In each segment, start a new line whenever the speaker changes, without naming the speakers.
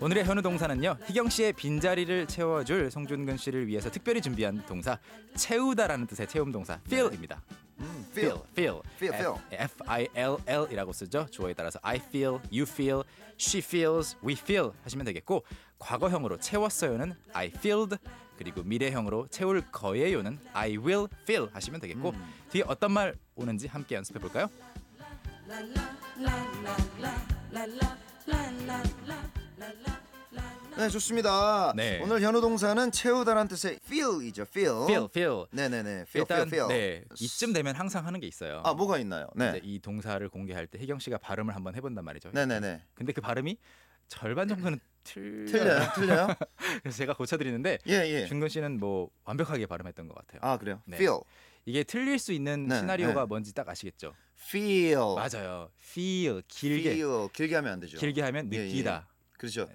오늘의 현우 동사는요. 희경 씨의 빈자리를 채워줄 송준근 씨를 위해서 특별히 준비한 동사 채우다라는 뜻의 채움 동사 fill입니다.
음,
feel,
네. feel.
feel,
feel, feel.
F I L L이라고 쓰죠. 주어에 따라서 I feel, you feel, she feels, we feel 하시면 되겠고 과거형으로 채웠어요는 I filled 그리고 미래형으로 채울 거예요는 I will feel 하시면 되겠고
음.
뒤에 어떤 말 오는지 함께 연습해 볼까요?
네, 좋습니다.
네.
오늘 현우 동사는 채우다란 뜻의 feel이죠. feel.
feel, feel.
네, 네, 네. feel,
일단
feel, feel.
네 이쯤 되면 항상 하는 게 있어요.
아, 뭐가 있나요?
이제
네.
이 동사를 공개할 때 혜경 씨가 발음을 한번 해본단 말이죠.
네, 네, 네.
근데 그 발음이 절반 정도는 틀려요.
틀려요. 틀려요?
그래서 제가 고쳐드리는데
예, 예.
준근 씨는 뭐 완벽하게 발음했던 것 같아요.
아, 그래요.
네.
feel.
이게 틀릴 수 있는
네,
시나리오가
네.
뭔지 딱 아시겠죠?
feel.
맞아요. feel 길게
feel. 길게 하면 안 되죠.
길게 하면
예, 예.
느끼다.
그렇죠.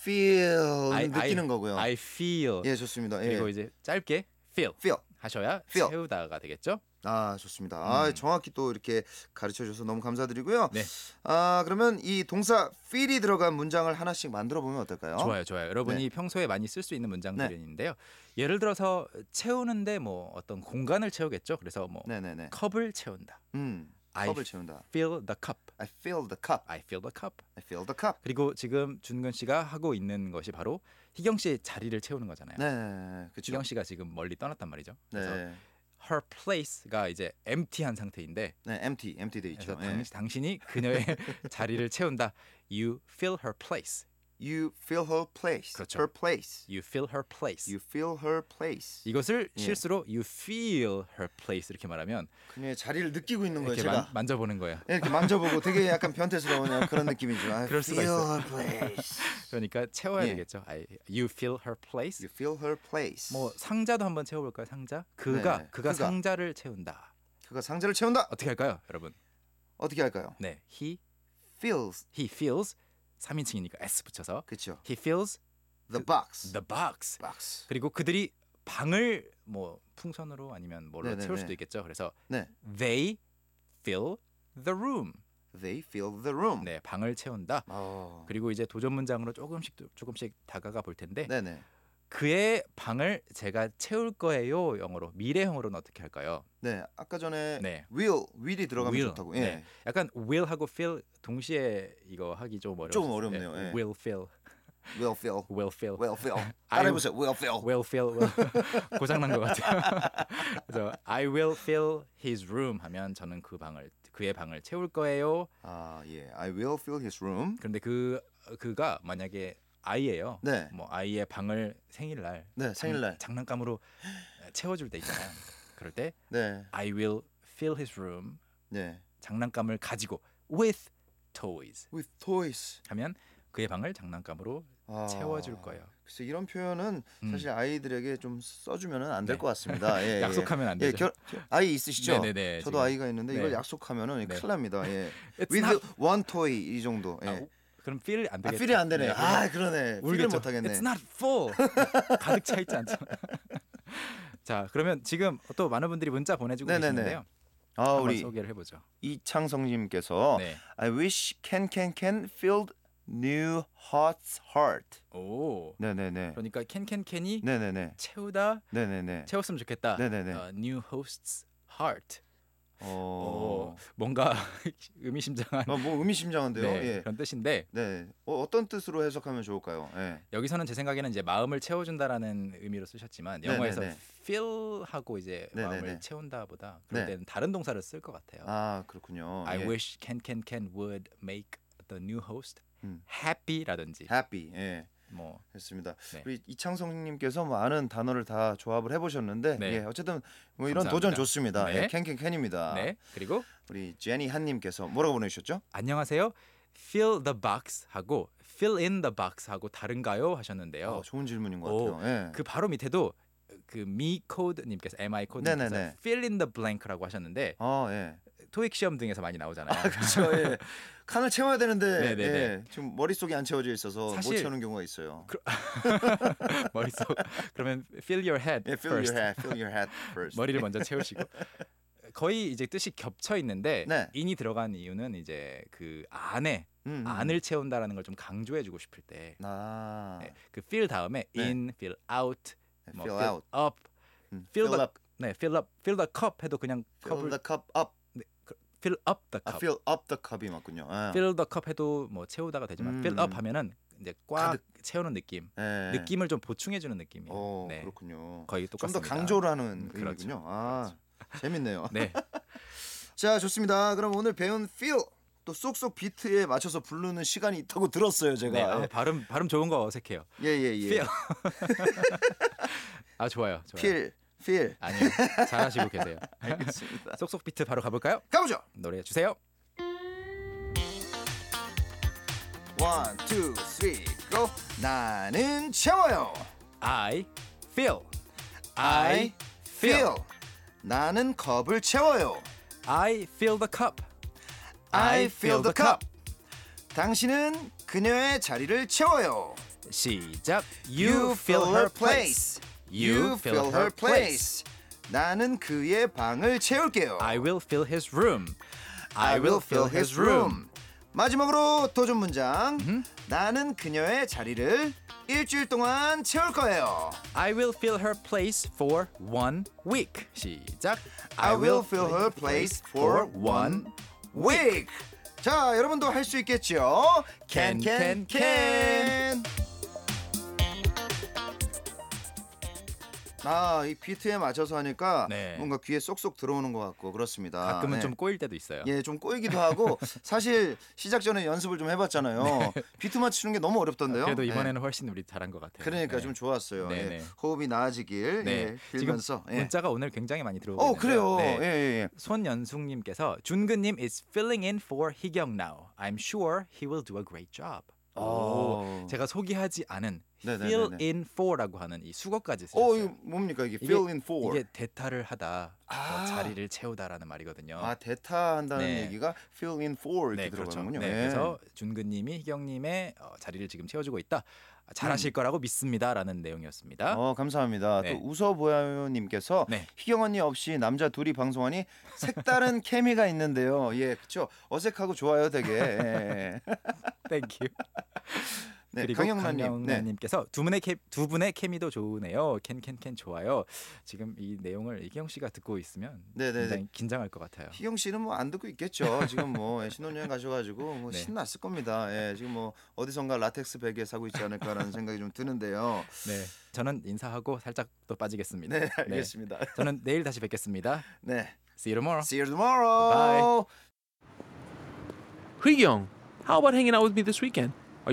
feel
I-
느끼는
I-
거고요.
I feel
예, 좋습니다. 예.
그리고 이제 짧게 feel
feel.
하셔야
feel.
채우다가 되겠죠?
아, 좋습니다. 아,
음.
정확히 또 이렇게 가르쳐 줘서 너무 감사드리고요.
네.
아, 그러면 이 동사 feel이 들어간 문장을 하나씩 만들어 보면 어떨까요? 네.
좋아요, 좋아요. 여러분이 평소에 많이 쓸 수 있는 문장들이 있는데요. 예를 들어서 채우는데 뭐 어떤 공간을 채우겠죠. 그래서 뭐
네, 네, 네.
컵을 채운다.
음.
I
컵을 채운다.
Fill the cup.
I fill the cup.
I fill the cup.
I fill the cup.
그리고 지금 준근 씨가 하고 있는 것이 바로 희경 씨의 자리를 채우는 거잖아요.
네, 그렇죠.
희경 씨가 지금 멀리 떠났단 말이죠. 그래서
네.
her place가 이제 empty한 상태인데
네, empty, empty 돼 있죠.
그래서
예.
당신, 이 그녀의 자리를 채운다. You fill her place.
You fill her place.
그렇죠.
Her place.
You fill her place.
You fill her place.
이것을
예.
실수로 you feel her place 이렇게 말하면
그녀의 자리를 느끼고 있는 거예요,
이렇게
제가.
만, 져보는 거예요.
이렇게 만져보고 되게 약간 변태스러운 그런 느낌이죠. I
그럴 수가
feel
있어요.
her place.
그러니까 채워야
예.
되겠죠. I, you fill her place.
You feel her place.
뭐 상자도 한번 채워볼까요? 상자. 그가
네,
그가
그가.
상자를 채운다.
그가 상자를 채운다.
어떻게 할까요, 여러분?
어떻게 할까요?
네, he
Fills.
he feels 3인칭이니까 s 붙여서
그렇죠.
he feels
The
그
box.
the box.
box.
그리고 그들이 방을 뭐 풍선으로 아니면 뭐로
네네네.
채울 수도 있겠죠. 그래서
네.
they fill the room.
They fill the room.
네, 방을 채운다.
어.
그리고 이제 도전 문장으로 조금씩 조금씩 다가가 볼 텐데
네, 네.
그의 방을 제가 채울 거예요. 영어로 미래형으로는 어떻게 할까요?
네. 아까 전에
네.
will will이 들어가면
Will.
좋다고. 예.
네. 약간 will하고 feel 동시에 이거 하기 좀 어려워.
좀 어렵네요. 예.
Will feel,
Will fill.
will feel,
Will fill.
I-
따라해 보세요. Will fill.
will feel will- 고장난 것 같아요. 그래서 I will fill his room 하면 저는 그 방을 그의 방을 채울 거예요.
아, 예. I will fill his room.
그런데 그 그가 만약에 아이예요.
네.
뭐 아이의 방을 생일날
네, 생일날.
장, 난감으로 채워줄 때 있잖아요. 그럴 때
네.
I will fill his room
네.
장난감을 가지고 with toys
With toys.
하면 그의 방을 장난감으로
아,
채워줄 거예요.
그래서 이런 표현은
음.
사실 아이들에게 좀 써주면은 안 될
네.
것 같습니다. 예, 예.
약속하면 안
예,
되죠.
결, 아이 있으시죠?
네네네,
저도
지금.
아이가 있는데 이걸
네.
약속하면은
네.
큰일 납니다. 예.
It's
With
not-
one toy 이 정도. 예.
아, 우- 그럼 feel 안
아,
되겠죠.
필이 안 되네.
네, 그래서
아, 그러네. 필을
울겠죠.
못 하겠네.
It's not full. 가득 차 있지 않죠. 자, 그러면 지금 또 많은 분들이 문자 보내주고
네네네.
계시는데요.
아,
한번
우리 어.
소개를 해보죠.
이창성 님께서
네.
I wish can can can filled new heart's heart.
오.
네, 네, 네.
그러니까 캔캔캔이
네, 네, 네.
채우다
네, 네, 네.
채웠으면 좋겠다.
네네네.
어, new hosts heart.
어.
오. 뭔가 의미심장한
아, 뭐 의미심장한데요.
어. 네,
예.
그런 뜻인데
네. 어, 어떤 뜻으로 해석하면 좋을까요? 예.
여기서는 제 생각에는 이제 마음을 채워준다라는 의미로 쓰셨지만 영어에서
네네네.
fill 하고 이제 마음을
네네네.
채운다보다 그럴
네.
때는 다른 동사를 쓸 것 같아요.
아, 그렇군요.
I
예.
wish Ken Ken Ken would make the new host
음.
happy라든지
happy. 예.
뭐
했습니다.
네.
우리 이창성님께서 많은 단어를 다 조합을 해보셨는데,
네.
예, 어쨌든 뭐 이런
감사합니다.
도전 좋습니다.
네.
예, 캔캔캔입니다.
네. 그리고
우리 제니 한님께서 뭐라고 보내주셨죠?
안녕하세요. fill the box 하고 fill in the box 하고 다른가요 하셨는데요.
어, 좋은 질문인 것
오,
같아요. 예.
그 바로 밑에도 그 미코드 님께서 MI 코드 님께서
네네네.
fill in the blank라고 하셨는데
아, 예.
토익 시험 등에서 많이 나오잖아요.
그렇죠. 예. 칸을 채워야 되는데
네네네.
예, 지금 머릿속이 안 채워져 있어서
사실-
못 채우는 경우가 있어요.
머릿속 그러면 fill your head
예, fill
first.
your head, fill your head first. 네.
머리를 먼저 채우시고 거의 이제 뜻이 겹쳐 있는데
네.
인이 들어간 이유는 이제 그 안에
음, 음.
안을 채운다라는 걸 좀 강조해주고 싶을 때.
아,
네, 그 feel 다음에
네.
in, feel out, 뭐
예, fill
fill
out.
up,
음,
fill
fill
the-
up.
네, fill up, fill the cup 해도 그냥
Fill
컵을
the cup up.
fill up the
아,
cup,
fill up the cup이 맞군요. 예.
fill the cup 해도 뭐 채우다가 되지만
음,
fill up
음.
하면은 이제 꽉 채우는 느낌,
예.
느낌을 좀 보충해주는 느낌이에요.
오,
네,
어, 그렇군요.
거의
좀 더
똑같습니다.
강조를 하는
음, 그렇죠.
의미군요. 아, 재밌네요.
네,
자, 좋습니다. 그럼 오늘 배운 feel 또 쏙쏙 비트에 맞춰서 부르는 시간이 있다고 들었어요, 제가.
네, 아, 발음 발음 좋은 거 어색해요.
예, 예, 예.
feel. 아 좋아요, 좋아요.
feel, feel.
아니요, 잘하시고 계세요. 아,
알겠습니다.
쏙쏙 비트 바로 가볼까요?
가보죠.
노래 주세요.
One, two, three, go. 나는 채워요.
I feel,
I feel. 나는 컵을 채워요.
I feel the cup.
I fill the cup. 당신은 그녀의 자리를 채워요.
시작. You fill her place. You fill her place.
나는 그의 방을 채울게요.
I will fill his room. I will fill his room. 음.
마지막으로 도전 문장. 나는 그녀의 자리를 일주일 동안 채울 거예요.
I will fill her place for one week. 시작.
I will fill her place for one week. 자, 여러분도 할 수 있겠죠? Can can can. 아, 이 비트에 맞춰서 하니까
네.
뭔가 귀에 쏙쏙 들어오는 것 같고 그렇습니다.
아, 가끔은
네.
좀 꼬일 때도 있어요.
예, 좀 꼬이기도 하고 사실 시작 전에 연습을 좀 해봤잖아요. 비트 맞추는 게 너무
네.
어렵던데요.
그래도
예.
이번에는 훨씬 우리 잘한 것 같아요.
그러니까
네.
좀 좋았어요.
네,
예,
네.
호흡이
네.
나아지길 네. 예, 빌면서.
지금
예.
문자가 오늘 굉장히 많이 들어오고
어,
있는데요.
그래요.
네.
예, 예, 예.
손연숙님께서 준근님 is filling in for 희경 now. I'm sure he will do a great job.
오.
오, 제가 소개하지 않은
어. 네네네네.
fill in for라고 하는 이 수거까지
어,
쓰셨어요.
이거 뭡니까 이게 fill in for.
이게 대타를 하다
아.
어, 자리를 채우다라는 말이거든요.
아 대타 한다는
어. 네.
얘기가 fill in for
네,
이렇게
그렇죠.
들어가는군요.
네,
예.
그래서 준근님이 희경님의 어, 자리를 지금 채워주고 있다. 아, 잘하실 거라고 믿습니다라는 내용이었습니다.
음. 어 감사합니다.
네.
또 웃어보야요님께서
네.
희경 언니 없이 남자 둘이 방송하니 색다른 케미가 있는데요. 예, 그렇죠. 어색하고 좋아요, 되게. 예.
땡큐.
네,
그리고
강영란님. 네.
강영란님께서 두 분의 케, 두 분의 케미도 좋으네요. 캔캔캔 좋아요. 지금 이 내용을 이경 씨가 듣고 있으면
네네네.
굉장히 긴장할 것 같아요.
희경 씨는 뭐 안 듣고 있겠죠. 지금 뭐 예, 신혼여행 가셔가지고 뭐
네.
신났을 겁니다. 예, 지금 뭐 어디선가 라텍스 베개 사고 있지 않을까라는 생각이 좀 드는데요.
네, 저는 인사하고 살짝 또 빠지겠습니다.
네, 알겠습니다.
네, 저는 내일 다시 뵙겠습니다.
네,
See you tomorrow.
see you tomorrow.
Young, how about hanging out with me this weekend? Are